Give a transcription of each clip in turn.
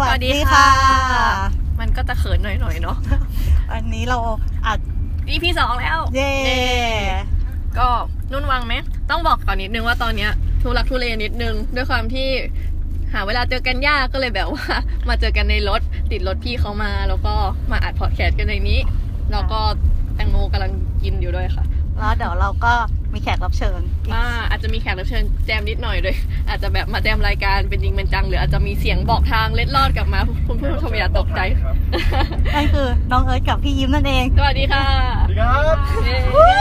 วัสดีค่ะ มันก็จะเขินหน่อยๆเนา ะ อันนี้เราอัด EP สองแล้ว เย่ เย่ ก็นุ่นวังไหม ต้องบอกก่อนนิดนึงว่าตอนเนี้ยทุรักทุเลนิดนึง ด้วยความที่หาเวลาเจอกันยากก็เลยแบบว่า มาเจอกันในรถ ติดรถพี่เขามาแล้วก็มาอัดพอดแคสต์กันในนี้ แล้วก็แตงโมกำลังกินอยู่ด้วยค่ะ แล้วเดี๋ยวเราก็มีแขกรับเชิญอีก อ่าอาจจะมีแขกรับเชิญแจมนิดหน่อยเลย อาจจะแบบมาแจมรายการเป็นจริงเป็นจัง หรืออาจจะมีเสียงบอกทางเล็ดลอดกลับมาคุณผู้ชมอย่าตกใจ นั่นคือน้องเอิร์ธกับพี่ยิ้มนั่นเอง สวัสดีค่ะ สวัสดีครับ เย้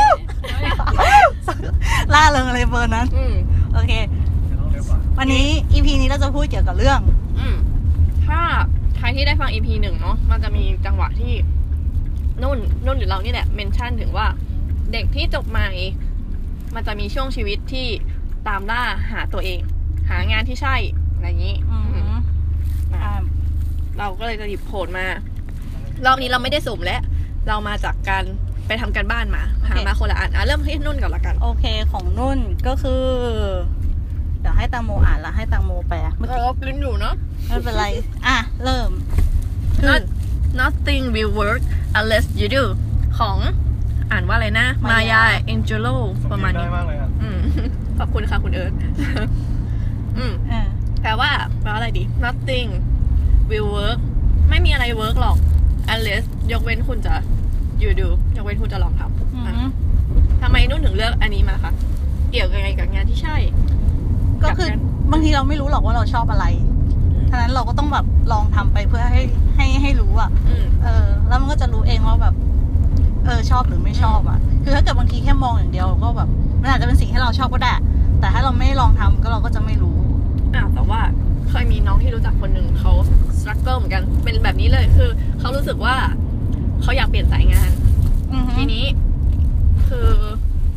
ล่าเริงอะไรเบอร์นั้น อืม โอเค วันนี้ EP นี้เราจะพูดเกี่ยวกับเรื่อง อืมถ้าใครที่ได้ฟัง EP หนึ่งเนาะมันจะมีจังหวะที่นุ่นนุ่นหรือเรานี่แหละเมนชั่นถึงว่า เด็กที่จบใหม่ มันจะมีช่วงชีวิตที่ตามล่าหาตัวเอง หางานที่ใช่อะไรอย่างนี้ อืมอ่า เราก็เลยจะหยิบโขดมา รอบนี้เราไม่ได้สุ่มแล้ว เรามาจากการไปทำการบ้านมา หามาคนละอันอ่ะเริ่มให้นุ่นก่อนละกัน โอเคของนุ่นก็คือ เดี๋ยวให้ตังโมอ่านแล้วให้ตังโมแปล เมื่อกี้ลิ้นอยู่เนาะ ไม่เป็นไร อ่ะ เริ่ม คือ Nothing will work unless you do ของอ่านว่าอะไรนะ มาามายยา เอนเจโลประมาณนี้ ได้มากเลยครับ อืม ขอบคุณค่ะคุณเอิร์ธ อืม อ่า แปลว่าแปลว่าอะไรดี nothing will work ไม่มีอะไร work หรอก unless ยกเว้นคุณจะ you do ยกเว้นคุณจะลองทำ อืม ทำไมนุ่นถึงเลือกอันนี้มาคะ เกี่ยวยังไงกับงานที่ใช่ ก็คือบางทีเราไม่รู้หรอกว่าเราชอบอะไร อืม ฉะนั้นเราก็ต้องแบบลองทำไปเพื่อให้ให้ให้รู้อ่ะ อืม เออ แล้วมันก็จะรู้เองว่าแบบ เออชอบหรือไม่ชอบอ่ะ คือถ้าเกิดบางทีแค่มองอย่างเดียวก็แบบ มันอาจจะเป็นสิ่งที่เราชอบก็ได้ แต่ถ้าเราไม่ลองทำก็เราก็จะไม่รู้ อ้าวแต่ว่าเคยมีน้องที่รู้จักคนหนึ่งเขาสครัลเกิลเหมือนกัน เป็นแบบนี้เลยคือเขารู้สึกว่าเขาอยากเปลี่ยนสายงาน อือฮึ ทีนี้ คือ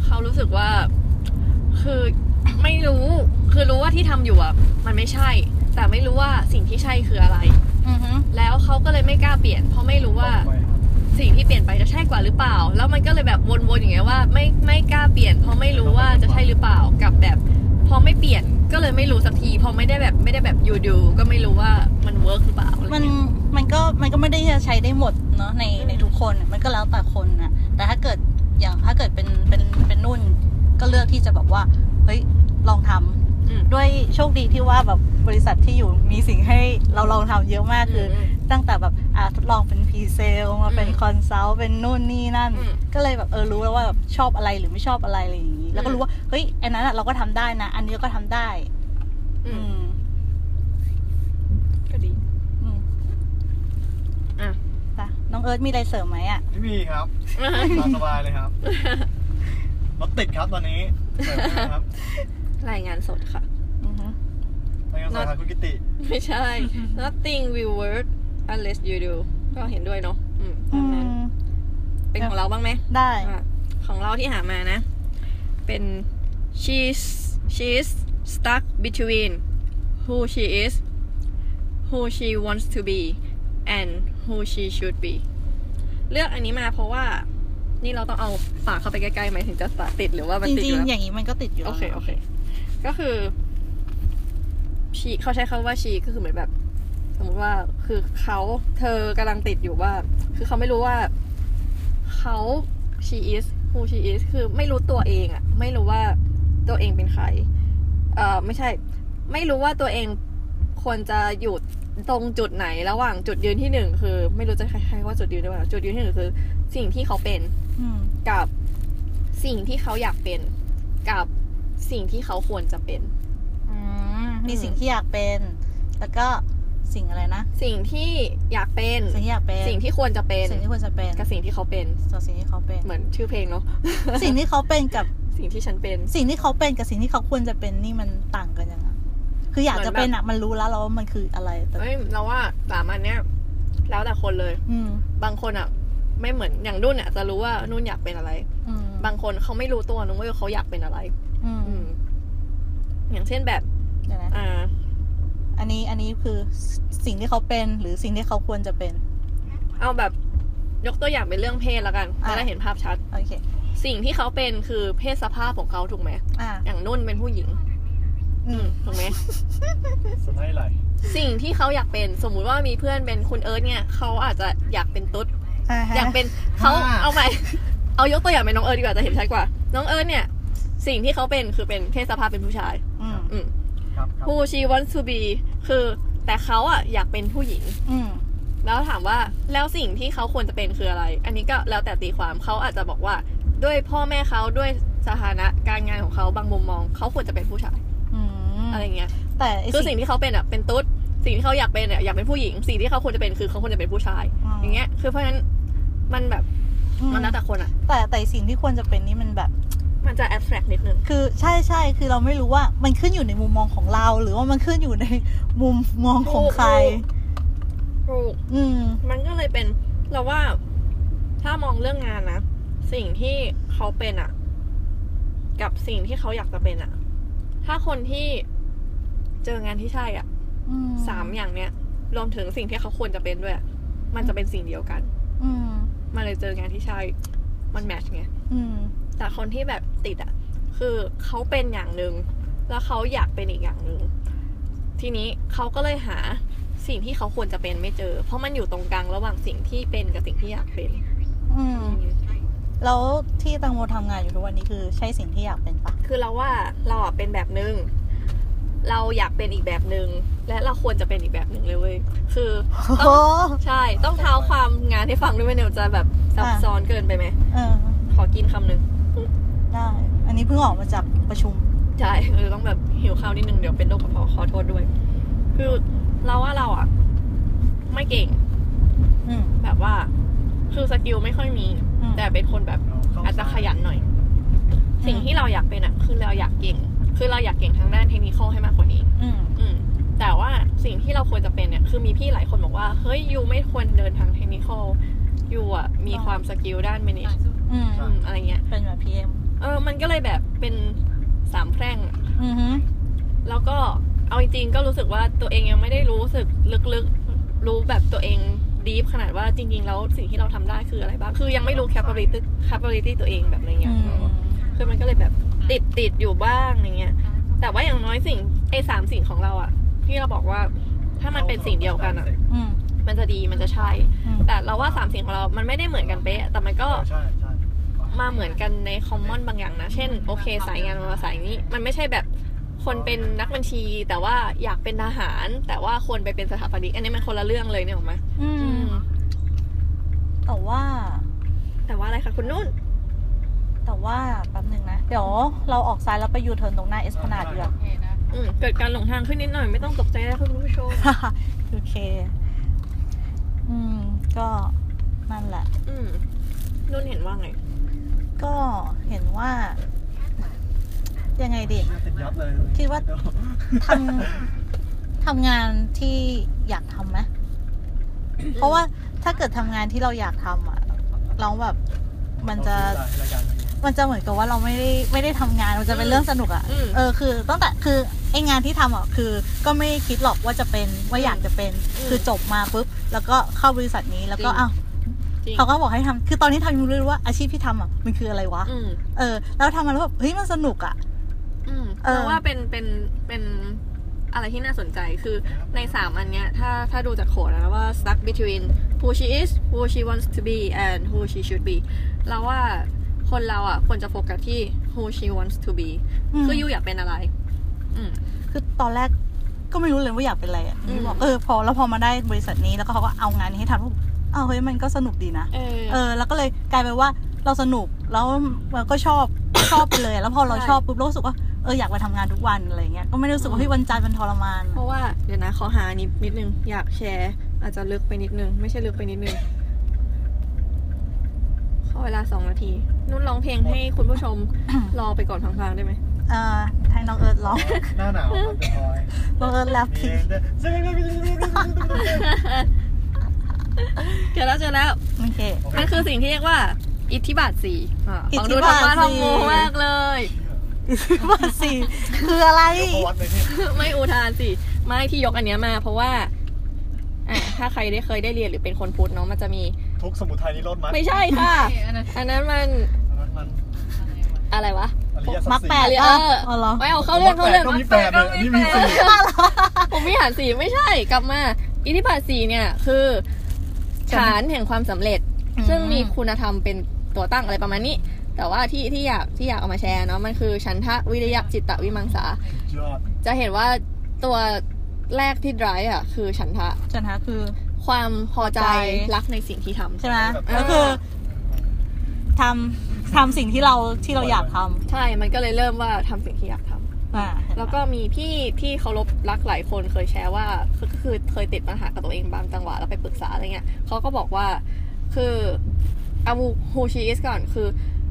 เขารู้สึกว่า คือ ไม่รู้ คือรู้ว่าที่ทำอยู่อ่ะ มันไม่ใช่ แต่ไม่รู้ว่าสิ่งที่ใช่คืออะไร อือฮึ แล้วเขาก็เลยไม่กล้าเปลี่ยน เพราะไม่รู้ว่า สิ่งที่เปลี่ยนไปจะใช่กว่าหรือเปล่า แล้วมันก็เลยแบบวนๆอย่างเงี้ยว่าไม่ไม่กล้าเปลี่ยน เพราะไม่รู้ว่าจะใช่หรือเปล่ากับแบบ พอไม่เปลี่ยนก็เลยไม่รู้สักที พอไม่ได้แบบไม่ได้แบบยูดูก็ไม่รู้ว่ามันเวิร์กหรือเปล่าอะไร มัน เงี้ย มันก็มันก็ไม่ได้จะใช้ได้หมดเนาะในในทุกคน มันก็แล้วแต่คนนะแต่ถ้าเกิดอย่างถ้าเกิดเป็นเป็นเป็นนุ่น ก็เลือกที่จะแบบว่า เฮ้ยลองทำ อืม ด้วยโชคดีที่ว่าแบบบริษัทที่อยู่มีสิ่งให้เราลองทำเยอะมากคืออ ม ตั้งแต่แบบอ่ะทดลองเป็นพรีเซลมาเป็น อืม คอนซัลท์เป็นนู่นนี่นั่น อืม ก็เลยแบบเออรู้แล้วว่าแบบชอบอะไรหรือไม่ชอบอะไรอะไรอย่างนี้แล้ว อื ก็ ม รู้ว่าเฮ้ยอันนั้นอะเราก็ทำได้นะ อันนี้ก็ทำได้ อื อื ม ม ก็ดี อืม อ่ะ จ้ะน้องเอิร์ธมีอะไรเสริมไหมอ่ะ พี่มีครับนอนสบายเลยครับรถติดครับตอนนี้เปิดเลยนะครับ รายงานสดค่ะ อือหือ ไปยังสายทางคุณกิติ ไม่ ใช่ nothing will work unless you do ก็เห็นด้วยเนาะอืมตา อื มนั้น ม เป็นของเราบ้างไหม ได้ อ่ะของเราที่หามานะ เป็น she's she's stuck between who she is who she wants to be and who she should be เลือกอันนี้มาเพราะว่า นี่เราต้องเอาฝากเข้าไปใกล้ๆไหมถึงจะติดหรือว่ามัน จ ติดอ ริง ยู่แล้ๆวอย่างนี้มันก็ติดอยู่ โอ แล้ว เค โอเค ก็คือชีเขาใช้คำว่าชีก็คือเหมือนแบบ สมมติว่าคือเขาเธอกำลังติดอยู่ว่า คือเขาไม่รู้ว่าเขา she is who she is คือไม่รู้ตัวเองอะไม่รู้ว่าตัวเองเป็นใคร เอ่อไม่ใช่ ไม่รู้ว่าตัวเองควรจะอยู่ตรงจุดไหนระหว่างจุดยืนที่หนึ่งคือ ไม่รู้จะใครว่าจุดยืนได้ไหมจุดยืนที่หนึ่งคือ สิ่งที่เขาเป็น อืม กับสิ่งที่เขาอยากเป็นกับสิ่งที่เขาควรจะเป็น อืมมีสิ่งที่อยากเป็น แล้วก็สิ่งอะไรนะ สิ่งที่อยากเป็น สิ่งที่อยากเป็น สิ่งที่ควรจะเป็น สิ่งที่ควรจะเป็น กับสิ่งที่เขาเป็น กับสิ่งที่เขา เป็น เหมือนชื่อเพลงเนาะ สิ่งที่เขาเป็นกับ สิ่งที่ฉันเป็น สิ่งที่เขาเป็นกับสิ่งที่เขาควรจะเป็นนี่มันต่างกันยังไงคืออยากจะเป็นอะมันรู้แล้วเราว่ามันคืออะไรแต่ เอ้ยเราว่าสามอันเนี้ยแล้วแต่คนเลย อืม บางคนอ่ะ ไม่เหมือนอย่างนุ่นอ่ะจะรู้ว่านุ่นอยากเป็นอะไร อืม บางคนเขาไม่รู้ตัวนุ้นว่าเขาอยากเป็นอะไร อืม อืม อย่างเช่นแบบ เดี๋ยวนะ อ่า อันนี้อันนี้คือสิ่งที่เขาเป็นหรือสิ่งที่เขาควรจะเป็น เอาแบบยกตัวอย่างเป็นเรื่องเพศแล้วกัน อ่ะ จะได้เห็นภาพชัด โอเค สิ่งที่เขาเป็นคือเพศสภาพของเขาถูกไหม อ่า อย่างนุ่นเป็นผู้หญิง อื อื ม มถูกไหม สไลด์ไหล สิ่งที่เขาอยากเป็นสมมุติว่ามีเพื่อนเป็นคุณเอิร์ธเนี่ยเขาอาจจะอยากเป็นตุ๊ด ฮะ อยากเป็นเขา อ่า เอาไปเอายกตัวอย่างเป็นน้องเอิร์ธดีกว่าจะเห็นชัดกว่า น้องเอิร์ธเนี่ย สิ่งที่เขาเป็นคือเป็นเพศสภาพเป็นผู้ชาย อืม อืม ครับครับ ผู้ชี wants to be คือแต่เขาอะอยากเป็นผู้หญิง อืม แล้วถามว่าแล้วสิ่งที่เขาควรจะเป็นคืออะไร อันนี้ก็แล้วแต่ตีความเขาอาจจะบอกว่า ด้วยพ่อแม่เขาด้วยสถานะการงานของเขาบางมุมมองเขาควรจะเป็นผู้ชาย อืม อะไรเงี้ย แต่ไ คือสิ่งที่เขาเป็นอะเป็นตุ๊ดสิ่งที่เขาอยากเป็นอะอยากเป็นผู้หญิง สิ่งที่เขาควรจะเป็นคือเขาควรจะเป็นผู้ชาย อย่างเงี้ย คือเพราะฉะนั้นมันแบบ อืม มันแล้วแต่คนอะ แต่แต่สิ่งที่ควรจะเป็นนี่มันแบบ มันจะแอบแ a c t นิดนึง คือใช่ใช่คือเราไม่รู้ว่ามันขึ้นอยู่ในมุมมองของเรา หรือว่ามันขึ้นอยู่ในมุมมองของใคร ถูก ถูก อืม มันก็เลยเป็นเราว่าถ้ามองเรื่องงานนะ สิ่งที่เขาเป็นอะกับสิ่งที่เขาอยากจะเป็นอะถ้าคนที่เจองานที่ใช่อะ อื สามอย่างเนี้ย รวมถึงสิ่งที่เขาควรจะเป็นด้วยอะมันจะเป็นสิ่งเดียวกัน อืม มันเลยเจองานที่ใช่ มันแมทช์ไง อืม แต่คนที่แบบติดอะคือเขาเป็นอย่างหนึ่งแล้วเขาอยากเป็นอีกอย่างหนึ่งทีนี้เขาก็เลยหาสิ่งที่เขาควรจะเป็นไม่เจอ เพราะมันอยู่ตรงกลางระหว่างสิ่งที่เป็นกับสิ่งที่อยากเป็น อืมแล้วที่ตังโมทำงานอยู่ทุกวันนี้คือใช่สิ่งที่อยากเป็นปะ คือเราว่าเราอะเป็นแบบหนึ่งเราอยากเป็นอีกแบบหนึ่งและเราควรจะเป็นอีกแบบหนึ่งเลยเว้ยคือ โอ้โห ใช่ต้องเท้าความงานให้ฟังด้วยไหมเนี่ยจะแบบซับ อ่ะ ซ้อนเกินไปไหม เออ ขอกินคำหนึ่ง ได้ อันนี้เพิ่งออกมาจากประชุม ใช่เออต้องแบบหิวข้าวนิดนึงเดี๋ยวเป็นโรคกระเพาะขอโทษด้วย คือเราว่าเราอะไม่เก่ง อืม แบบว่า คือสกิลไม่ค่อยมี อืม แต่เป็นคนแบบอาจจะขยันหน่อย ม สิ่งที่เราอยากเป็นอะคือเราอยากเก่ง คือเราอยากเก่งทางด้านเทคนิคให้มากกว่านี้ อืม อืม แต่ว่าสิ่งที่เราควรจะเป็นเนี่ย คือมีพี่หลายคนบอกว่า เฮ้ยยูไม่ควรเดินทางเทคนิคยูอะมีความสกิลด้านเมเนจ อืม อะไรเงี้ย เป็นแบบพีเอ็ม เออ มันก็เลยแบบเป็นสามแพร่ง อือฮึ แล้วก็เอาจริงๆก็รู้สึกว่าตัวเองยังไม่ได้รู้สึกลึกๆ รู้แบบตัวเองดีฟขนาดว่าจริง ๆ แล้วสิ่งที่เราทำได้คืออะไรบ้าง คือยังไม่รู้ capability capability ตัวเองแบบอะไร อื เงี้ย ม คือมันก็เลยแบบติดติดอยู่บ้างอย่างเงี้ย แต่ว่าอย่างน้อยสิ่งไอ้สามสิ่งของเราอะที่เราบอกว่าถ้ามันเป็นสิ่งเดียวกันอะ อืม มันจะดีมันจะใช่ อืม แต่เราว่าสามสิ่งของเรา มันไม่ได้เหมือนกันเป๊ะ แต่มันก็ เออใช่ใช่ มาเหมือนกันในคอมมอนบางอย่างนะ เช่น โอเค สายงานมาสายนี้ มันไม่ใช่แบบคนเป็นนักบัญชี แต่ว่าอยากเป็นทหาร แต่ว่าควรไปเป็นสถาปนิก อันนี้มันคนละเรื่องเลยเนี่ยหรอกไหม อืมแต่ว่า แต่ว่าอะไรคะคุณนุ่น แต่ว่าแป๊บหนึ่งนะ เดี๋ยวเราออกซ้ายแล้วไปยูเทิร์นตรงหน้าเอสพนาดดีกว่า อืมเกิดการหลงทางขึ้นนิดหน่อยไม่ต้องตกใจนะคุณผู้ชม โอเค อืม ก็นั่นแหละ อืมนุ่นเห็นว่าไง ก็เห็นว่า ยังไงดี ติดยับเลย คิดว่า ทำ ทำงานที่อยากทำไหม เพราะว่าถ้าเกิดทำงานที่เราอยากทำอะเราแบบ มันจะ รายการนี้ มันจะเหมือนกับว่าเราไม่ได้ไม่ได้ทำงาน มันจะเป็นเรื่องสนุกอะ อืม เออคือตั้งแต่คือไองานที่ทำอะคือ ก็ไม่คิดหรอกว่าจะเป็นว่าอยากจะเป็น อืม คือจบมาปุ๊บแล้วก็เข้าบริษัทนี้แล้วก็ จริง อ้าว จริง เขาก็บอกให้ทำคือตอนที่ทำยังไม่รู้ว่าอาชีพที่ทำอะมันคืออะไรวะ อืม เออแล้วทำมาแล้วแบบเฮ้ยมันสนุกอะ อืม เออ เราว่าเป็นเป็นเป็นอะไรที่น่าสนใจคือในสามอันเนี้ย ถ้าถ้าดูจากโขดนะว่า stuck between who she is who she wants to be and who she should be เราว่าคนเราอ่ะควรจะโฟกัสที่ who she wants to be ม คือยูอยากเป็นอะไร อืม คือตอนแรกก็ไม่รู้เลยว่าอยากเป็นอะไรอะ อืม บอกเออพอแล้วพอมาได้บริษัทนี้แล้วก็เขาก็เอางานนี้ให้ทำแล้วอ้าวเฮ้ยมันก็สนุกดีนะ เออ เออแล้วก็เลยกลายเป็นว่าเราสนุกแล้วเราก็ชอบ ชอบไปเลย แล้วพอเรา ใช่ ชอบปุ๊บเรารู้สึกว่าเอออยากไปทำงานทุกวันอะไรเงี้ยก็ไม่ได้รู้สึก อื ว่าม เฮ้ยวันจันทร์มันทรมาน เพราะว่าเดี๋ยวนะขอหานิดนิดนึง อยากแชร์ อาจจะลึกไปนิดนึง ไม่ใช่ลึกไปนิดนึงขอเวลาสองนาที นุ่นร้องเพลงให้คุณผู้ชม รอไปก่อนพังๆได้ไหม เออไทยน้องเอิร์ธร้อง หน้าหนาวครับจะคอย น้องเอิร์ธแล บ มี ทิ้ง เองด้วย เจอแล้วเจอแล้ว โอเค มันคือสิ่งที่เรียกว่า อิทธิบาทสี่อ่ะฟังดู อิทธิ ทำ บาท บ้าน สี่ ทำโมมากเลย ว่าสี่คืออะไร เดี๋ยวเขาวัดเลยที่ ไม่อุทานสิ ไม่ที่ยกอันเนี้ยมา เพราะว่าอ่ะถ้าใครได้เคยได้เรียนหรือเป็นคนพุทธเนาะมันจะมี ทุกสมุทรไทยนิโรธมัด ไม่ใช่ค่ะ Okay, and อันนั้นมัน อันนั้นมัน อะไรวะ เ อริยสัจ มัก สี่ แปด อริย อ่ะ เออ อ๋อเหรอ ไม่เอาเข้าเรื่องเข้าเรื่อง ก็มีแปดเลยอันนี่มีสี่ ผมมีฐานสีไม่ใช่กลับมา อิทธิบาทสีเนี่ยคือ จำ ฐานแห่งความสำเร็จ อืม ซึ่งมีคุณธรรมเป็นตัวตั้งอะไรประมาณนี้ แต่ว่าที่ที่อยากที่อยากเอามาแชร์เนาะมันคือชันทะวิริยะจิตตวิมังสา ยอด จะเห็นว่าตัวแรกที่ drive อ่ะคือฉันทะ จนหาคือ ความพอใจ ใจ รักในสิ่งที่ทำ ใช่ไหม เออ ก็คือทำทำสิ่งที่เราที่เราอยากท ใช่มันก็เลยเริ่มว่าทำสิ่งที่อยากทำ ำอ่าเห็นปะ แล้วก็มีพี่พี่เคารพรักหลายคนเคยแชร์ว่าคือคือเคยติดปัญหากับตัวเองบางจังหวะแล้วไปปรึกษาอะไรเงี้ยเขาก็บอกว่าคืออาบูฮูชีอิสก่อนคือ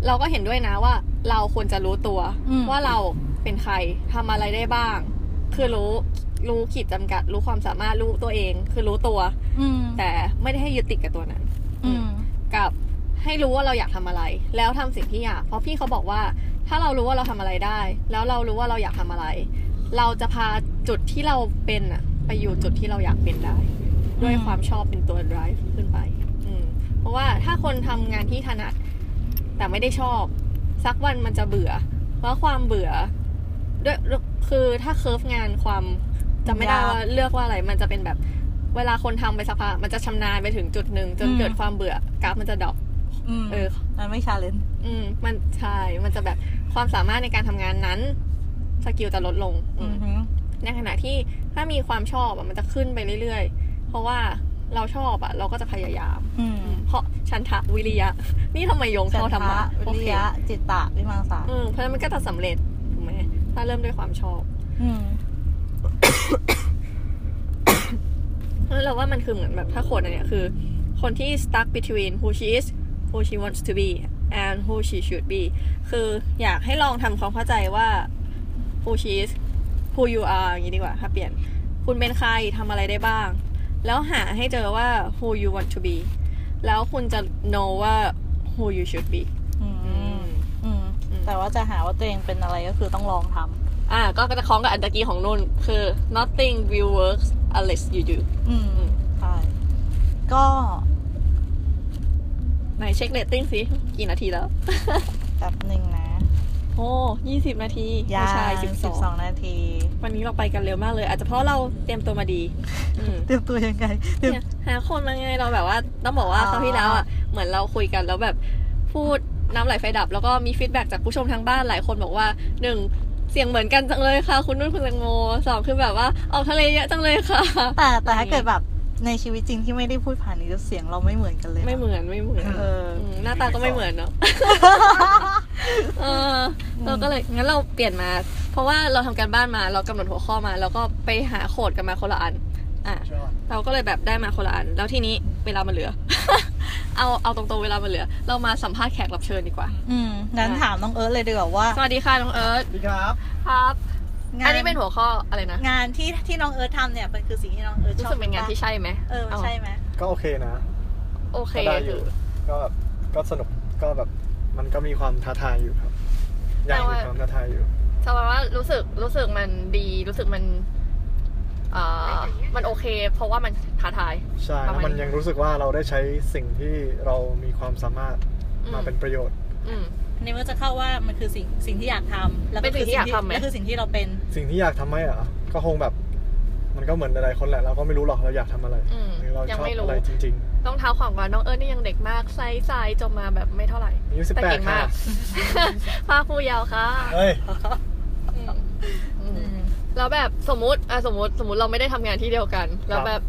เราก็เห็นด้วยนะว่าเราควรจะรู้ตัว อืม ว่าเราเป็นใครทำอะไรได้บ้าง คือรู้รู้ขีดจำกัด รู้ความสามารถรู้ตัวเอง คือรู้ตัว อืม แต่ไม่ได้ให้ยึดติดกับตัวนั้น อืม กับให้รู้ว่าเราอยากทำอะไร แล้วทำสิ่งที่อยาก เพราะพี่เขาบอกว่า ถ้าเรารู้ว่าเราทำอะไรได้ แล้วเรารู้ว่าเราอยากทำอะไร เราจะพาจุดที่เราเป็นอะไปอยู่จุดที่เราอยากเป็นได้ ด้วย อืม ความชอบเป็นตัว drive ขึ้นไป อืมเพราะว่าถ้าคนทำงานที่ถนัด แต่ไม่ได้ชอบ สักวันมันจะเบื่อ เพราะความเบื่อด้วยคือถ้าเคิร์ฟงานความจะไม่ได้ว่าเลือกว่าอะไร มันจะเป็นแบบ เวลาคนทำไปสักพักมันจะชำนาญไปถึงจุดหนึ่งจน อืม เกิดความเบื่อกราฟมันจะดรอป อืม เออ มันไม่ชาเลนจ์ อืม มันใช่ มันจะแบบความสามารถในการทำงานนั้น สกิลจะลดลง อื อื ม อหือ ในขณะที่ถ้ามีความชอบอะมันจะขึ้นไปเรื่อยๆ เพราะว่าเราชอบอะเราก็จะพยายาม อืม อืมเพราะชันทะวิริยะ นี่ทำไมโยงเข้าธรรมะ จันทวิริยะ โอเค จิตตะวิมังสา อืมเพราะฉะนั้นมันก็จะสำเร็จถูกไหมถ้าเริ่มด้วยความชอบ อืม แล้วเราว่ามันคือเหมือนแบบถ้าคนอันเนี้ยคือ คนที่ stuck between who she is who she wants to be and who she should be คืออยากให้ลองทำความเข้าใจว่า who she is who you are อย่างนี้ดีกว่า ถ้าเปลี่ยน คุณเป็นใครทำอะไรได้บ้าง แล้วหาให้เจอว่า who you want to be แล้วคุณจะ know ว่า who you should be อื อื ม ม อืม อืม แต่ว่าจะหาว่าตัวเองเป็นอะไรก็คือต้องลองทำ อ่า ก็จะคล้องกับอันตะกี้ของนุ่น คือ nothing will works unless you do อืม ใช่ ก็ ไหนเช็คเรตติ้งสิ กี่นาทีแล้ว แบบหนึ่งนะ โอ้ยี่สิบนาที ยา ผู้ชายสิ สิ บบ สอ สอง งนาที วันนี้เราไปกันเร็วมากเลย อาจจะเพราะเราเตรียมตัวมาดีอื ม เตรียมตัวยังไงเตรียม เนี่ยหาคนมาไงเราแบบว่า ต้องบอกว่า อ๋อ คราวที่แล้วอ่ะ เหมือนเราคุยกันแล้วแบบพูดน้ำไหลไฟดับ แล้วก็มีฟีดแบ็จากผู้ชมทางบ้านหลายคนบอกว่าหนึ่งเสียงเหมือนกันจังเลยค่ะ คุณนุ่นคุณแตงโมสองคือแบบว่าออกทะเลเยอะจังเลย ค่ะ แต่แต่ อะไร ถ้าเกิดแบบในชีวิตจริงที่ไม่ได้พูดผ่านนี้เสียงเราไม่เหมือนกันเลยนะ ไม่เหมือนไม่เหมือน เออ มหน้าตาก็ไม่เหมือนเนาะ เออเราก็เลยงั้นเราเปลี่ยนมา เพราะว่าเราทำการบ้านมาเรากำหนดหัวข้อมา แล้วก็ไปหาโคดกันมาคนละอัน อ่ะ ยอด เราก็เลยแบบได้มาคนละอัน แล้วทีนี้เวลามันเหลือ เอาเอาตรงๆเวลามันเหลือ เรามาสัมภาษณ์แขกรับเชิญดีกว่า อืมงั้น อ่ะ ถามน้องเอิร์ธเลยดีกว่าว่า สวัสดีค่ะน้องเอิร์ธ สวัสดีครับ ครับ งา อันนี้เป็นหัวข้ออะไรนะ งานที่ที่น้องเอิร์ธทำเนี่ยมันคือสิ่งที่น้องเอิร์ธช รู้ อบ สึกเป็นงานที่ใช่ไหม เออ เา ใช่ไหม ก็โอเคนะ โอเค ก็ได้อ คื ยู่ อ ก็แบบ ก็สนุก ก็แบบ มันก็มีความท้าทายอยู่ครับ อ แต่ ยาก ว่า มีความท้าทายอยู่ สวัสดีว่ารู้สึกรู้สึกมันดีรู้สึกมันเอ่อมันโอเค เพราะว่ามันท้าทาย ใช่ ประมาณ แล้วมันยังรู้สึกว่าเราได้ใช้สิ่งที่เรามีความสามารถ อื มาเป็นประโยชน์ อืม อันนี้มันก็จะเข้าว่ามันคือสิ่งสิ่งที่อยากทำแล้ว เป็นสิ่งที่อยากทำไหม แล้วคือสิ่งที่เราเป็น สิ่งที่อยากทำไหมเหรอ่ะ ก็คงแบบ มันก็เหมือนหลายๆคนแหละ เราก็ไม่รู้หรอกเราอยากทำอะไร อืม หรือเราย ง ชอบ ไม่รู้ อะไรจริง ต้องเท้าความก่อนน้องเอิร์ธนี่ยังเด็กมากไซส์ไซส์จบมาแบบไม่เท่าไหร่ ๆอายุสิบ แต่ แป เก่ ด ง ค่ะ มาก ภาคผู้เยาวค่ะ เฮ้ย อืมอืมแล้วแบบสมมติอ่ะสมมติสมมติเราไม่ได้ทำงานที่เดียวกัน แล้วแบบ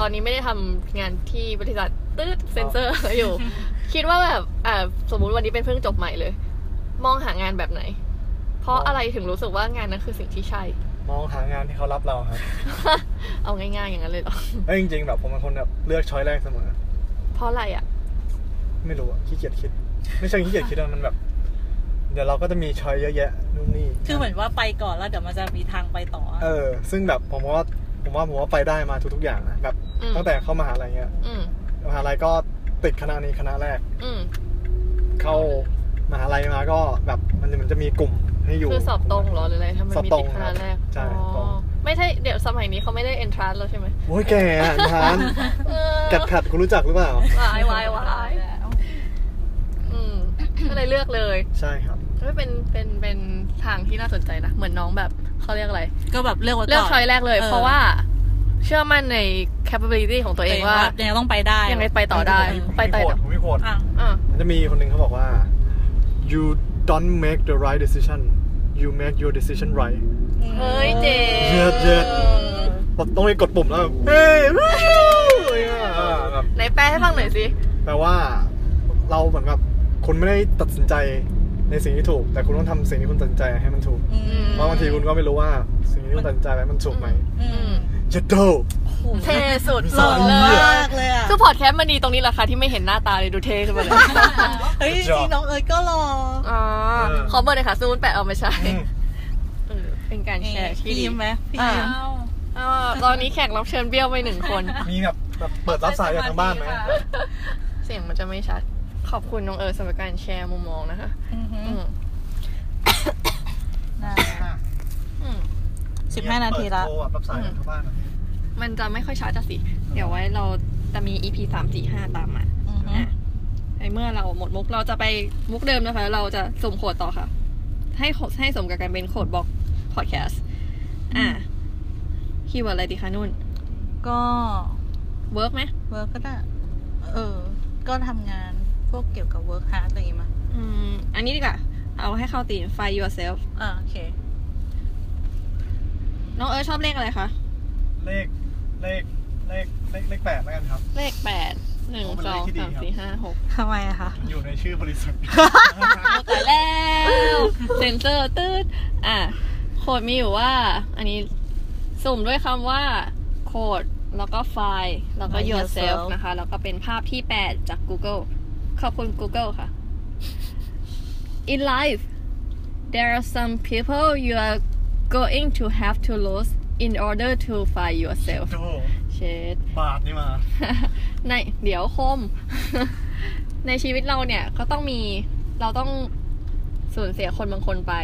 ตอนนี้ไม่ได้ทำงานที่บริษัทตืดเซนเซอร์อยู่ คิดว่าแบบอ่ะสมมติวันนี้เป็นเพิ่งจบใหม่เลย มองหางานแบบไหน เพราะ มอง อะไรถึงรู้สึกว่างานนั้นคือสิ่งที่ใช่ มองหางานที่เขารับเราครับ เอาง่ายๆอย่างนั้นเลยเหรอ แล้วจริง ๆ แบบผมเป็นคนแบบเลือกช้อยแรกเสมอ เพราะอะไรอ่ะ ไม่รู้อะขี้เกียจคิด ไม่ใช่ขี้เกียจคิดอะมันแบบ เดี๋ยวเราก็จะมีช้อยเยอะแยะนู่นนี่ คือเหมือนว่าไปก่อนแล้วเดี๋ยวมันจะมีทางไปต่อ เออ ซึ่งแบบผมว่าผมว่าผมว่าไปได้มาทุกๆอย่างนะแบบ อืม ตั้งแต่เข้ามหาลัยเงี้ย อืม มหาลัยก็ติดคณะนี้คณะแรก อืม เข้ามหาลัยมาก็แบบมันมันจะมีกลุ่มให้อยู่ คือสอบตรงเหรอหรืออะไรทำไม สอบ มี ตร ติ ง ดคณะแรก ใช่ อ๋อ ตรง ไม่ใช่เดี๋ยวสมัยนี้เขาไม่ได้ entrance แล้วใช่ไหม โอ้ยแกอ่ะทาน เออ กัดขัดคุณรู้จักหรือเปล่า วายวายวาย อืม ก็เลยเลือกเลย ใช่ครับ ก็เป็นเป็นเป็นทางที่น่าสนใจนะ เหมือนน้องแบบเขาเรียกอะไร ก็แบบเลือกไว้ก่อน เลือกช้อยแรกเลย เออ เพราะว่า เชื่อมั่นใน capability ของตัวเองว่า ยังไงต้องไปได้ ยังไงไปต่อได้ ไป ผม ต่อไม่โกรธผมไม่โกรธ อ่ะ อ่ะ มันจะมีคนหนึ่งเขาบอกว่า you don't make the right decision you make your decision right เฮ้ยเจ๊ เย็ดเย็ด แบบต้องไปกดปุ่มแล้วแบบเฮ้ยวู้อะไรเงี้ยอ่าแบบ ไหนแปลให้ฟังหน่อยสิ แปลว่าเราเหมือนแบบคุณไม่ได้ตัดสินใจในสิ่งที่ถูก แต่คุณต้องทำสิ่งที่คุณตัดสินใจให้มันถูก อืม เพราะบางทีคุณก็ไม่รู้ว่าสิ่งที่คุณตัดสินใจไปมันถูกไหม อื อื ม ม เจ็ดโด เท่สุด สอน เล ม ย ากเลยอ่ะ คือพอดแคสต์มันดีตรงนี้แหละค่ะที่ไม่เห็นหน้าตาเลยดูเท่ขึ้นมาเลย เฮ้ยจริงๆน้องเอ๋ยก็รอ อ๋อ เออ ขอเบอร์หน่อยค่ะซูนแปะเอาไม่ใช่ อืม เออเป็นการแชร์ที่ พี่ ดี ยิ้มไหมพี่ อ่า ยิ้ม เออตอนนี้แขกรับเชิญเบี้ยวไปหนึ่งคน มีแบบแบบเปิดรับสายจากทางบ้านไหม เสียงมันจะไม่ชัด ขอบคุณน้องเอิร์ธสำหรับการแชร์มุมมองนะคะ อือหือ อืม น่า อืม สิบห้านาทีละ เปิดโทรอะรับสายจากทางบ้านอะ มันจะไม่ค่อยชัดจะสิ เดี๋ยวไว้เราจะมี EP สามสี่ห้าตามมา อือหือ อ่ะในเมื่อเราหมดมุกเราจะไปมุกเดิมนะคะ เราจะสุ่มโขดต่อค่ะ ให้โขดให้สมกับการเป็นโขดบอกพอดแคสต์อ่ะคีย์เวิร์ดอะไรดีคะนุ่น ก็ เวิร์กไหม เวิร์กก็ได้ เออ ก็ทำงานพวกเกี่ยวกับเวิร์กฮาร์ดอะไรอย่างงี้มา อืม อันนี้ดีกว่า เอาให้เข้าตีน find yourself อ่าโอเค น้องเอิร์ธชอบเลขอะไรคะ เลข เลข เลข เลขเลขแปดแล้วกันครับ เลขแปดหนึ่งสองสามสี่ห้าหก ทำไมอะคะ อยู่ในชื่อบริ ษัท ตายแล้วเซนเซอร์ตืดอ่ะ โคดมีอยู่ว่า อันนี้สุ่มด้วยคำว่า โคดแล้วก็ไฟล์แล้วก็ yourself นะคะ แล้วก็เป็นภาพที่ 8 จาก Google ขอบคุณ Google ค่ะ In life there are some people you are going to have to lose in order to find yourself โอ้โห เชด บาทนี่มา ในเดี๋ยวคม ในชีวิตเราเนี่ยก็ต้องมีเราต้องสูญเสียคนบางคนไป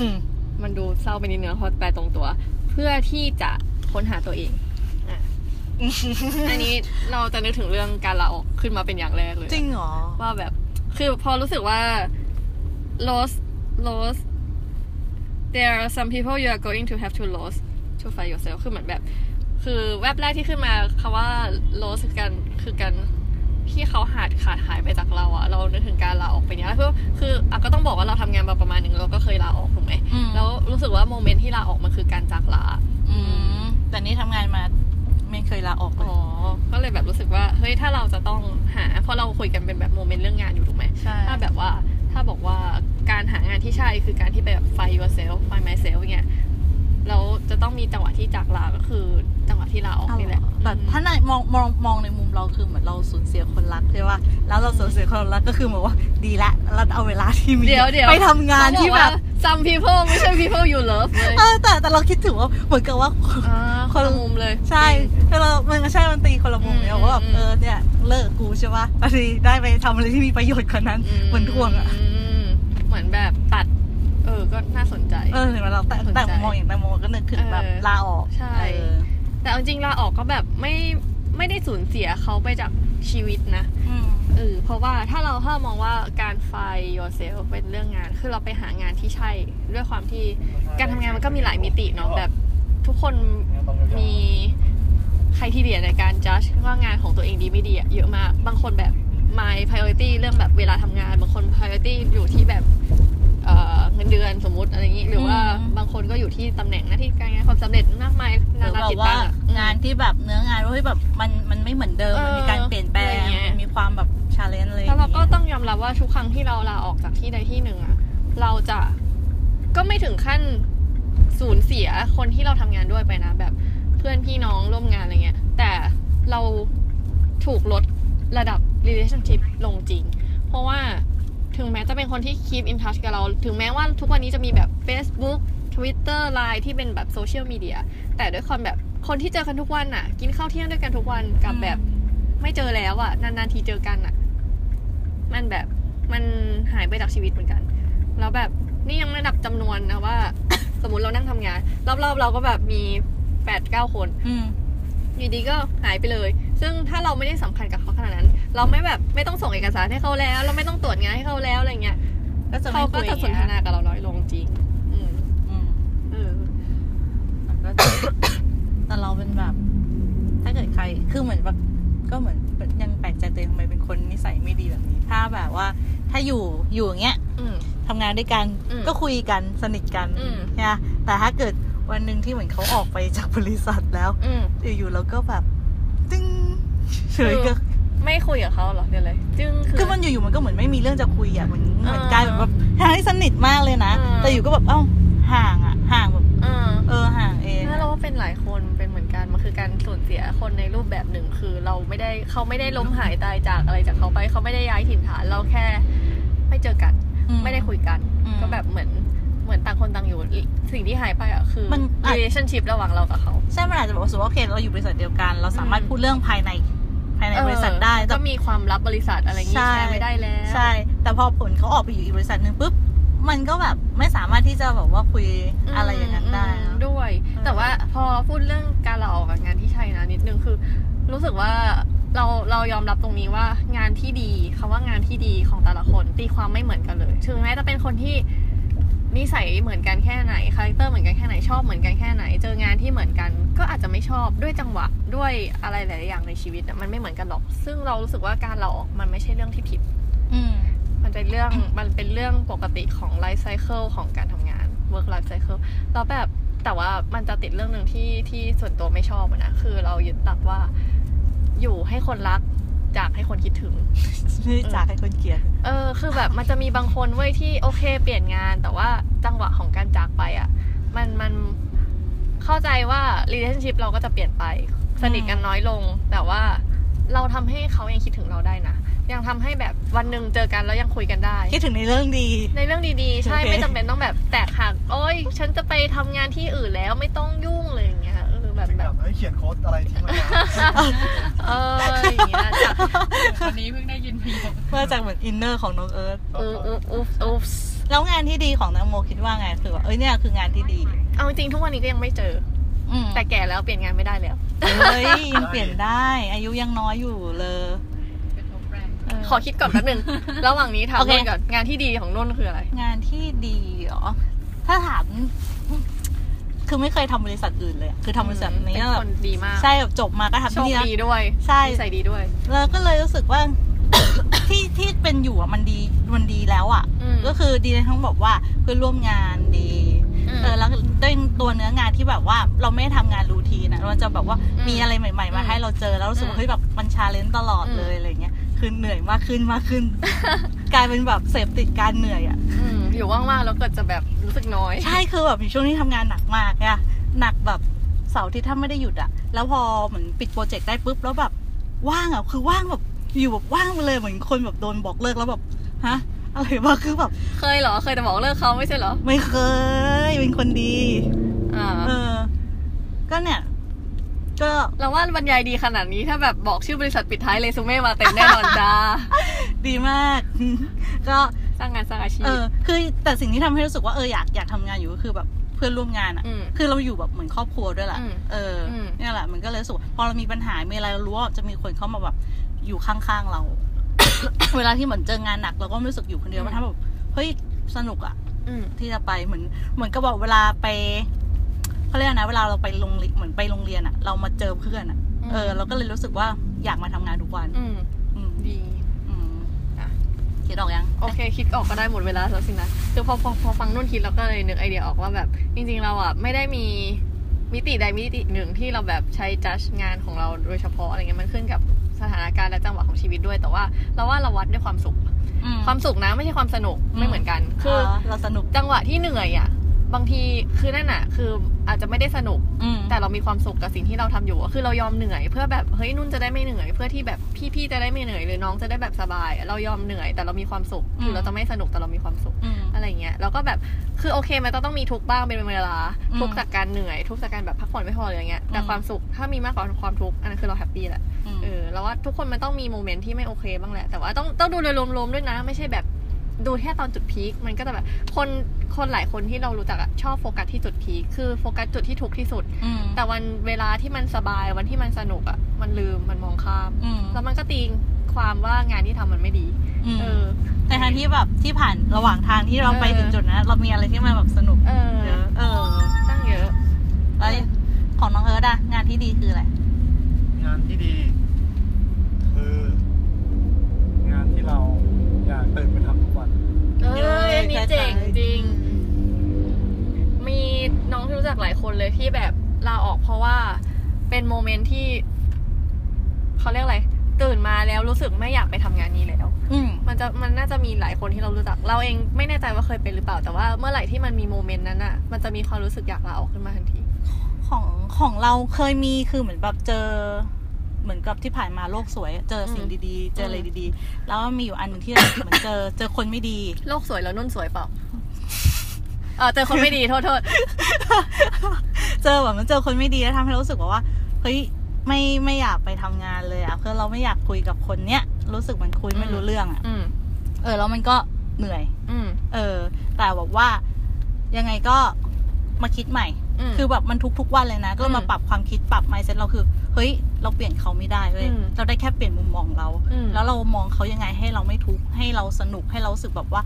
อืม มันดูเศร้าไปนิดนึงนะเพราะแปลตรงตัว เพื่อที่จะค้นหาตัวเองอ่ะ อันนี้เราจะนึกถึงเรื่องการลาออกขึ้นมาเป็นอย่างแรกเลย จริงเหรอ ว่าแบบ คือพอรู้สึกว่า lost lost there are some people you are going to have to lose to find yourself คือเหมือนแบบ คือแวบแรกที่ขึ้นมาคำว่า lost คือการคือการที่เขาหาดขาดหายไปจากเราอะเรานึกถึงการลาออกไปเนี้ยแล้วคือคืออะก็ต้องบอกว่าเราทำงานมาประมาณหนึ่งเราก็เคยลาออกถูกไหม อืม แล้วรู้สึกว่าโมเมนต์ที่ลาออกมันคือการจากลา อืม แต่นี่ทำงานมาไม่เคยลาออกเลยอ๋อ ก็เลยแบบรู้สึกว่า เฮ้ย ถ้าเราจะต้องหา เพราะเราคุยกันเป็นแบบโมเมนต์เรื่องงานอยู่ถูกไหม ใช่ ถ้าแบบว่าถ้าบอกว่าการหางานที่ใช่คือการที่ไปแบบ find yourself find myself เงี้ยเราจะต้องมีจังหวะที่จากลาก็คือจังหวะที่ลาออกนี่แหละ แบบถ้าในมองมองมองในมุมเราคือเหมือนเราสูญเสียคนรักใช่ป่ะ แล้วเราสูญเสียคนรักก็คือเหมือนว่าดีละเราเอาเวลาที่มี เดี๋ยวเดี๋ยว ไปทำงานที่แบบ เขอกว่า some people ไม่ใช่ people you love เลย เออแต่แต่เราคิดถึงว่าเหมือนกับว่า อ่าคนละ คน มุมเลย ใช่แต่เรามันก็ใช่มันตีคนละมุมเนี่ย อืม ว่าแบบ อืม เออเนี่ยเลิกกูใช่ป่ะบางทีได้ไปทำอะไรที่มีประโยชน์กว่านั้นเหมือนทวงอ่ะ มเหมือนแบบตัด เออ ก็น่าสนใจ เออเห็นไหมเราแต่ สนใจ แต่มองอย่างแต่มองก็นึกถึงแบบ เออ ลาออก ใช่ เออ แต่เอาจริงลาออกก็แบบไม่ไม่ได้สูญเสียเขาไปจากชีวิตนะ อืม เออเพราะว่าถ้าเราถ้ามองว่าการไฟ yourself เป็นเรื่องงาน คือเราไปหางานที่ใช่ ด้วยความที่การทำงานมันก็มีหลายมิติเนาะแบบทุกคนมีใครที่เดียในการ judge ว่างานของตัวเองดีไม่ดีอะเยอะมาก บางคนแบบ my priority เรื่องแบบเวลาทำงาน บางคน priority อยู่ที่แบบเอ่อเงินเดือนสมมติอะไรอย่างนี้ หรือว่า อืม บางคนก็อยู่ที่ตำแหน่งหน้าที่การงานความสำเร็จมากมาย หรื นา อ นา แบบ จิต ว่า ตังอะอืม งานที่แบบเนื้องานว่าเฮ้ยแบบมันมันไม่เหมือนเดิม เออ มันมีการเปลี่ยนแปล อะไร ง อย่างเงี้ย มันมีความแบบชาเลนจ์อะไรอย่ แล้ว ง เรา งี้ย ก็ต้องยอมรับว่าทุกครั้งที่เราลาออกจากที่ใดที่หนึ่งอะเราจะก็ไม่ถึงขั้นสูญเสียคนที่เราทำงานด้วยไปนะ แบบเพื่อนพี่น้องร่วมงานอะไรเงี้ย แต่เราถูกลดระดับ relationship ลงจริง เพราะว่าถึงแม้จะเป็นคนที่ keep in touch กับเรา ถึงแม้ว่าทุกวันนี้จะมีแบบ Facebook Twitter Line ที่เป็นแบบโซเชียลมีเดียแต่ด้วยความแบบคนที่เจอกันทุกวันอะกินข้าวเที่ยงด้วยกันทุกวันกับแบบ ไม่เจอแล้วอะนานๆทีเจอกันอะมันแบบมันหายไปจากชีวิตเหมือนกัน แล้วแบบนี่ยังไม่นับจำนวนนะว่า สมมติเรานั่งทำงาน รอบๆเราก็แบบมีแปดเก้าคน อืม อยู่ดีก็หายไปเลย ซึ่งถ้าเราไม่ได้สำคัญกับเขาขนาดนั้น เราไม่แบบไม่ต้องส่งเอกสารให้เขาแล้ว เราไม่ต้องตรวจงานให้เขาแล้วอะไรเงี้ย ก็จะไม่ เขา คุ ก็ ยอย่ จะ ง ส งี้ น ย ทนากับเราน้อยลงจริง อืม อืม เออ มันก็จะ แต่เราเป็นแบบ ถ้าเกิดใคร คือเหมือนแบบ ก็เหมือนยังแปลกใจตัวเองทำไมเป็นคนนิสัยไม่ดีแบบนี้ ถ้าแบบว่า ถ้าอยู่ อยู่อย่างเงี้ย อืม ทำงานด้วยกัน อืม ก็คุยกัน สนิทกัน อืม นะแต่ถ้าเกิดวันหนึ่งที่เหมือนเขาออกไปจากบริษัทแล้ว อืม อยู่ๆเราก็แบบ ตึ้งเฉย คื ก็ อ ไม่คุยกับเขาเหรอเดี๋ยวเลย จึงคือ คือมันอยู่ๆมันก็เหมือนไม่มีเรื่องจะคุยอ่ะ เหมือนเหมือน อ่าก ลายเป็นแบบทางที่สนิทมากเลยนะ อ่า แต่อยู่ก็แบบ เอ้า ห่างอ่ะ ห่างแบบ เออ เออ ห่างเอง ถ้า อะ เราว่าเป็นหลายคนเป็นเหมือนกันมันคือการสูญเสียคนในรูปแบบหนึ่งคือเราไม่ได้เขาไม่ได้ล้มหายตายจากอะไรจากเขาไป เขาไม่ได้ย้ายถิ่นฐานเราแค่ ไม่เจอกัน ไม่ได้คุยกัน อืม ก็แบบเหมือนเหมือนต่างคนต่างอยู่สิ่งที่หายไปอ่ะคือ มันอาจ relationship ระหว่างเรากับเขา ใช่มันอาจจะแบบว่าสมมติว่าโอเคเราอยู่บริษัทเดียวกัน เราสามารถพูดเรื่องภายในภายในบริษัทได้ เออ แต่ ก็มีความลับบริษัทอะไรอย่างงี้ ใช่ แชร์ไม่ได้แล้ว ใช่ แต่พอผลเขาออกไปอยู่อีกบริษัทหนึ่งปุ๊บ มันก็แบบไม่สามารถที่จะแบบว่าคุย ม อะไรอย่างนั้นได้ อืม นะ ด้วย เออ แต่ว่าพอพูดเรื่องการลาออกกับงานที่ใช่นะนิดนึงคือ รู้สึกว่าเราเรายอมรับตรงนี้ว่างานที่ดีคำว่างานที่ดีของแต่ละคนตีความไม่เหมือนกันเลยถึงแม้จะเป็นคนที่นิสัยเหมือนกันแค่ไหนคาแรคเตอร์เหมือนกันแค่ไหนชอบเหมือนกันแค่ไหน เจองานที่เหมือนกัน ก็อาจจะไม่ชอบด้วยจังหวะด้วยอะไรหลายๆอย่างในชีวิตอะมันไม่เหมือนกันหรอก ซึ่งเรารู้สึกว่าการลาออกมันไม่ใช่เรื่องที่ผิด อืม มันเป็นเรื่อง มันเป็นเรื่องปกติของไลฟ์ไซเคิลของการทำงาน work life cycle แล้วแบบแต่ว่ามันจะติดเรื่องหนึ่งที่ที่ส่วนตัวไม่ชอบอะนะ คือเรายึดหลักว่าอยู่ให้คนรักจากให้คนคิดถึง นี่จากให้คนเกลียด เออ คือแบบมันจะมีบางคนเว้ยที่โอเคเปลี่ยนงาน แต่ว่าจังหวะของการจากไปอะ่ะ มันมันเข้าใจว่า relationship เราก็จะเปลี่ยนไป สนิทกันน้อยลง แต่ว่าเราทำให้เขายังคิดถึงเราได้นะยังทำให้แบบวันหนึ่งเจอกันแล้วยังคุยกันได้ คิดถึงในเรื่องดี ในเรื่องดีๆ ใช่ โอเค ไม่จำเป็นต้องแบบแตกหัก โอ้ย ฉันจะไปทำงานที่อื่นแล้วไม่ต้องยุ่งเลยอย่างเงี้ยเออแบบ ถึง แบ แบบบเฮ้ยเขียนโค้ดอะไรทิ้งไว้นะ เอออย่างเงี้ยจะ วันนี้เพิ่งได้ยินประโยค มาจากเหมือนอินเนอร์ของน้องเอิร์ธ เออเอออุ๊บอุ๊บ แล้วงานที่ดีของนางโมคิดว่าไงคือว่าเอ้ยเนี่ยคืองานที่ดี เอาจริงๆทุกวันนี้ก็ยังไม่เจอ อืม แต่แก่แล้วเปลี่ยนงานไม่ได้แล้ว เฮ้ยยังเปลี่ยนได้ อายุยังน้อยอยู่เลย เป็นทบแรง เออ ขอคิดก่อนแป๊บ หนึง ระหว่างนี้ถาม โอเค นนท์ก่อนงานที่ดีของนนท์คืออะไร งานที่ดีเหรอ ถ้าถาม คือไม่เคยทำบริษัทอื่นเลยอะคือทำบริษัทนี้ เป็น แบ ค บ นดีมาก ใช่แบบจบมาก็ทำ โช ที่นี่คแล้ว ดีด้วย ใช่ นิสัยดีด้วย แล้วก็เลยรู้สึกว่า ที่ที่เป็นอยู่อะมันดีมันดีแล้วอ่ะ อืม ก็คือดีในทั้งบอกว่าเพื่อนร่วมงานดี ม เออแล้วด้วยตัวเนื้องานที่แบบว่า เราไม่ได้ทำงานรูทีนอะมันจะแบบว่า อืม มีอะไรใหม่ ๆ มา อืม ให้เราเจอแล้วรู้สึก อื ว่าม เฮ้ยแบบมันชาเลนจ์ตลอด อืม เลยอะไรเงี้ยคือเหนื่อยมากขึ้นมาก ขึ้น กลายเป็นแบบเสพติดการเหนื่อยอ่ะ อืมอยู่ว่างๆแล้วเกิดจะแบบรู้สึกน้อย ใช่คือแบบอยู่ช่วงนี้ทำงานหนักมากเนี่ยหนักแบบเสาร์อาที่ถ้าไม่ได้หยุดอะแล้วพอเหมือนปิดโปรเจกต์ได้ปุ๊บแล้วแบบว่างอะคือว่างแบบอยู่แบบว่างไปเลยเหมือนคนแบบโดนบอกเลิกแล้วแบบฮะอะไรวะคือแบบ เคยเหรอเคยแต่บอกเลิกเขาไม่ใช่เหรอ ไม่เคยเป็นคนดี อ่า เออ ก็เนี่ย ก็ เราว่าบรรยายดีขนาดนี้ถ้าแบบบอกชื่อบริษัทปิดท้ายเลยซูเม่มาเต็มแน่นอน จ้า ดีมาก ก็ สร้างงานสร้างอาชีพ เออ คือแต่สิ่งที่ทำให้รู้สึกว่าเอออยากอยากทำงานอยู่ก็คือแบบเพื่อนร่วมงานอะ อืม คือเราอยู่แบบเหมือนครอบครัวด้วยแหละ อืม เอออ ม เนี่ยแหละมันก็เลยรู้สึกว่าพอเรามีปัญหา มีอะไรเรารู้ว่าจะมีคนเข้ามาแบบอยู่ข้างๆ เรา เวลาที่เหมือนเจองานหนักเราก็ไม่รู้สึกอยู่คนเดียวมันทำแบบเฮ้ยสนุกอะ อืม ที่จะไปเหมือนเหมือนก็บอกเวลาไปเขาเรียกอะไรนะเวลาเราไปโรงเรียนเหมือนไปโรงเรียนอะเรามาเจอเพื่อนอะ อืม เออเราก็เลยรู้สึกว่าอยากมาทำงานทุกวัน อืม อืม ดี อืม อ่ะ คิดออกยัง โอเค คิดออกก็ได้หมดเวลาแล้วสินะคือพอพอพอฟังนุ่นคิดเราก็เลยนึกไอเดียออกว่าแบบ จริง ๆ เราอ่ะ ไม่ได้มีมิติใดมิติหนึ่งที่เราแบบใช้จัดงานของเราโดยเฉพาะอะไรเงี้ยมันขึ้นกับสถานการณ์และจังหวะของชีวิตด้วย แต่ว่าเราว่าเราวัดด้วยความสุข อืม ความสุขนะไม่ใช่ความสนุกไม่เหมือนกัน คือ เราสนุก จังหวะที่เหนื่อยอ่ะ บางทีคือนั่นอ่ะ คืออาจจะไม่ได้สนุก อืม แต่เรามีความสุขกับสิ่งที่เราทำอยู่อะคือเรายอมเหนื่อย เพื่อแบบเฮ้ยนุ่นจะได้ไม่เหนื่อย เพื่อที่แบบพี่ๆจะได้ไม่เหนื่อยหรือน้องจะได้แบบสบาย เรายอมเหนื่อยแต่เรามีความสุข อืม คือเราจะไม่สนุกแต่เรามีความสุข อืม อะไรเงี้ยเราก็แบบคือโอเคมันต้องต้องมีทุกข์บ้างเป็นเวลา อืม ทุกข์จากการเหนื่อย ทุกข์จากการแบบพักผ่อนไม่พอหรืออะไรเงี้ยแต่ อืม ความสุขถ้ามีมากกว่าความทุกข์อันนั้นคือเราแฮปปี้แหละเออเราว่าทุกคนมันต้องมีโมเมนต์ที่ไม่โอเคบ้างแหละแต่ว่าต้องต้องดูโดยรวมๆด้วยนะ ไม่ใช่แบบดูแค่ตอนจุดพีคมันก็จะแบบคนคนหลายคนที่เรารู้จักอะชอบโฟกัสที่จุดพีคคือโฟกัสจุดที่ทุกข์ที่สุด อืม แต่วันเวลาที่มันสบายวันที่มันสนุกอะ่ะ มันลืมมันมองข้าม อืม แล้วมันก็ตี ความว่างานที่ทำมันไม่ดี อืม เออ แต่ทางที่แบบที่ผ่านระหว่างทางที่เราไป เออ ถึงจุดนั้นเรามีอะไรที่มันแบบสนุก เออ เยอะเออ ตั้งเยอะ แล้วของน้องเอิร์ธอะงานที่ดีคืออะไร งานที่ดี คือ งานที่เราอยากตื่นไปทำทุกวัน เอ้ เยอะ ยอันคนี้ล้ายๆ เจ๋งจริง มีน้องที่รู้จักหลายคนเลยที่แบบลาออกเพราะว่าเป็นโมเมนต์ที่เขาเรียกอะไร ตื่นมาแล้วรู้สึกไม่อยากไปทำงานนี้แล้ว อืม มันจะมันน่าจะมีหลายคนที่เรารู้จัก เราเองไม่แน่ใจว่าเคยเป็นหรือเปล่าแต่ว่าเมื่อไหร่ที่มันมีโมเมนต์นั้นอะมันจะมีความรู้สึกอยากลาออกขึ้นมาทันที ของของเราเคยมีคือเหมือนแบบเจอ เหมือนกับที่ผ่านมาโลกสวย เจอสิ่งดีๆ เจออะไรดีๆ แล้วมีอยู่อันหนึ่งที่ เหมือนเจอเจอคนไม่ดี โลกสวยแล้วนุ่นสวยเปล่าเออเจอคนไม่ดี โทษโทษ เจอแบบมันเจอคนไม่ดีแล้วทำให้เรารู้สึกแบบว่าเฮ้ยไม่ไม่อยากไปทำงานเลยอ่ะคือเราไม่อยากคุยกับคนเนี้ยรู้สึกมันคุยไม่รู้เรื่องอ่ะ อืม เออแล้วมันก็เหนื่อย อืม เออ แต่แบบว่ายังไงก็มาคิดใหม่ ม คือแบบมันทุกๆวันเลยนะ ก็มา อืม ปรับความคิดปรับ mindset เราคือ เฮ้ย เราเปลี่ยนเขาไม่ได้เลย อืม เราได้แค่เปลี่ยนมุมมองเรา อืม แล้วเรามองเขายังไงให้เราไม่ทุกข์ ให้เราสนุก ให้เรารู้สึกแบบว่า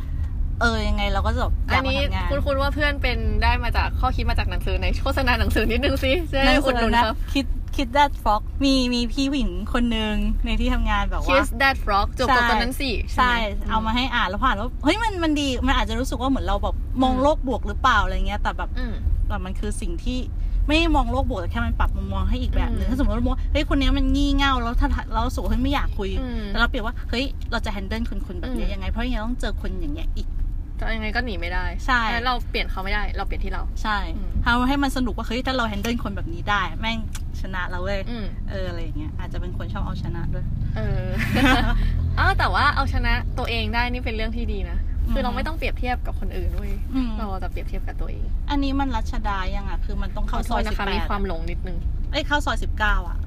เออ ยังไงเราก็จะแบบอ อั ยาน กมา นี้ ทำงาน คุณคุณว่าเพื่อนเป็นได้มาจากข้อคิดมาจากหนังสือในโฆษณาหนังสือนิดนึงสิจะ นั่นได้อุ สุ ด ด หนุน นะครับ คิดคิด that frog มีมีพี่ผู้หญิงคนหนึ่งในที่ทำงานแบบว่า Kiss That Frog จบ ใช่ กับตอนนั้นสิ ใช่ ไห เอามาให้อ่านแล้วผ่านแล้วเฮ้ยมันมันดี มันอาจจะรู้สึกว่าเหมือนเราแบบมองโลกบวกหรือเปล่าอะไรเงี้ย แต่แบบ อืม แต่มันคือสิ่งที่ไม่ได้มองโลกบวกแต่แค่มันปรับมุมมองให้อีกแบบหนึ่งอืม ถ้าสมมติเรามองเฮ้ยคนเนี้ยมันงี่เง่าแล้วถ้าเราสูเฮ้ยไม่อยากคุย อืม แต่เราเปลี่ยนว่าเฮ้ยเราจะแฮนเดิลคนคนๆแบบนี้ อืม ยังไงเพราะยังไงต้องเจอคนอย่างเงี้ยอีก แต่ยังไงก็หนีไม่ได้ ใช่ แล้วเราเปลี่ยนเขาไม่ได้ เราเปลี่ยนที่เรา ใช่ อืม ทำให้มันสนุกว่าเฮ้ยถ้าเราแฮนเดิลคนแบบนี้ได้ แม่งชนะเราเว้ย อืม เอออะไรอย่างเงี้ยอาจจะเป็นคนชอบเอาชนะด้วย เออ อ้าวแต่ว่าเอาชนะตัวเองได้นี่เป็นเรื่องที่ดีนะ คือ ม เราไม่ต้องเปรียบเทียบกับคนอื่นเว้ย อืม เราจะเปรียบเทียบกับตัวเอง อันนี้มันรัชดายังอ่ะคือมันต้อง ขอ เข้า โท ซอ ษ ย นะ สิบ คะ แป มี ด ความหลงนิดนึง เอ้ยเข้าซอยสิบเก้าอ่ะ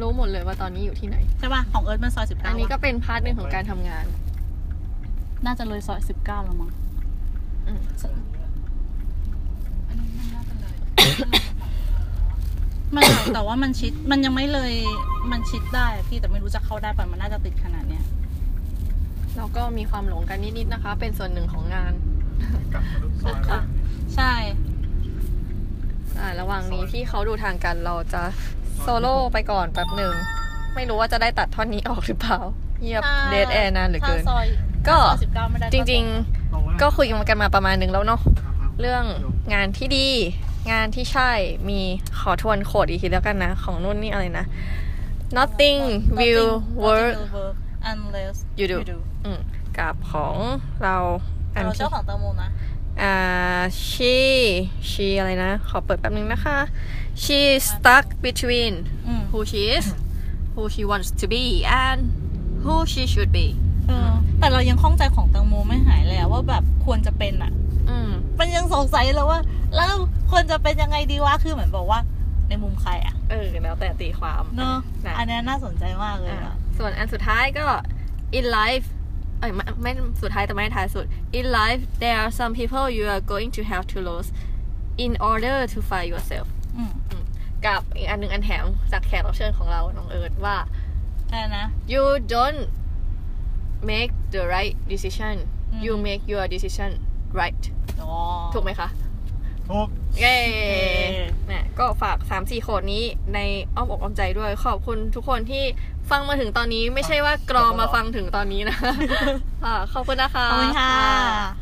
รู้หมดเลยว่าตอนนี้อยู่ที่ไหน ใช่ป่ะของเอิร์ธมันซอยสิบเก้า อันนี้ก็เป็นพาร์ทหนึ่งของการทำงาน น่าจะเลยซอยสิบเก้าแล้วมั้ง อืม อันนั้นมันน่าจะเลย มัน แบบแต่ว่ามันชิดมันยังไม่เลยมันชิดได้พี่แต่ไม่รู้จะเข้าได้ป่ะมันน่าจะติดขนาดเนี้ย แล้วก็มีความหลงกันนิดๆนะคะ เป็นส่วนหนึ่งของงาน กลับมาลุกซอย ค่ะ ใช่ อ่าระหว่างนี้ที่เขาดูทางกันเราจะโซโล่ไปก่อนแป๊บหนึ่ง ไม่รู้ว่าจะได้ตัดท่อนนี้ออกหรือเปล่าเงียบเดทแอร์นานเหลือเกิน ถ้าซอย ก็ ถ้าซอยสิบเก้าไม่ได้ จริง เอาไว้ ๆ ก็คุยกันมาประมาณหนึงแล้วเนาะ ครับ เรื่องงานที่ดี งานที่ใช่มีขอทวนโคดอีกทีแล้วกันนะ ของนุ่นนี่อะไรนะ nothing ก็ will nothing work will work unless You do อืมกับของเราอัน เรา ที่ เจ้าของเตอร์โมนะ อ่า she she อะไรนะ ขอเปิดแป๊บนึงนะคะ she stuck between อืม who she is, who she wants to be, and who she should be. เออแต่เรายังข้องใจของเตังโมไม่หายเลยอะว่าแบบควรจะเป็นอะ อืม มันยังสงสัยเลยว่า แล้วควรจะเป็นยังไงดีวะคือเหมือนบอกว่า ในมุมใครอะ เออ แล้วแต่ตีความ เนอะ นะ อันเนี้ยน่าสนใจมากเลย อ่า อะ ส่วนอันสุดท้ายก็ in life เอ้ยไม่ไม่สุดท้ายแต่ไม่ท้ายสุด in life there are some people you are going to have to lose in order to find yourself อืม กับอีกอันหนึ่งอันแถมจากแขกรับเชิญของเรา น้องเอิร์ธว่า อันนั้นนะ you don't make the right decision อืม you make your decision right อ๋อ ถูกไหมคะ ทุก เย้ เย้ นะก็ฝาก 3 4 โคดนี้ในอ้อมอกอ้อมใจด้วย ขอบคุณทุกคนที่ฟังมา ถึงตอนนี้ไม่ใช่ว่ากรอมาฟังถึงตอนนี้นะ อ่าขอบคุณนะคะ ขอบคุณค่ะ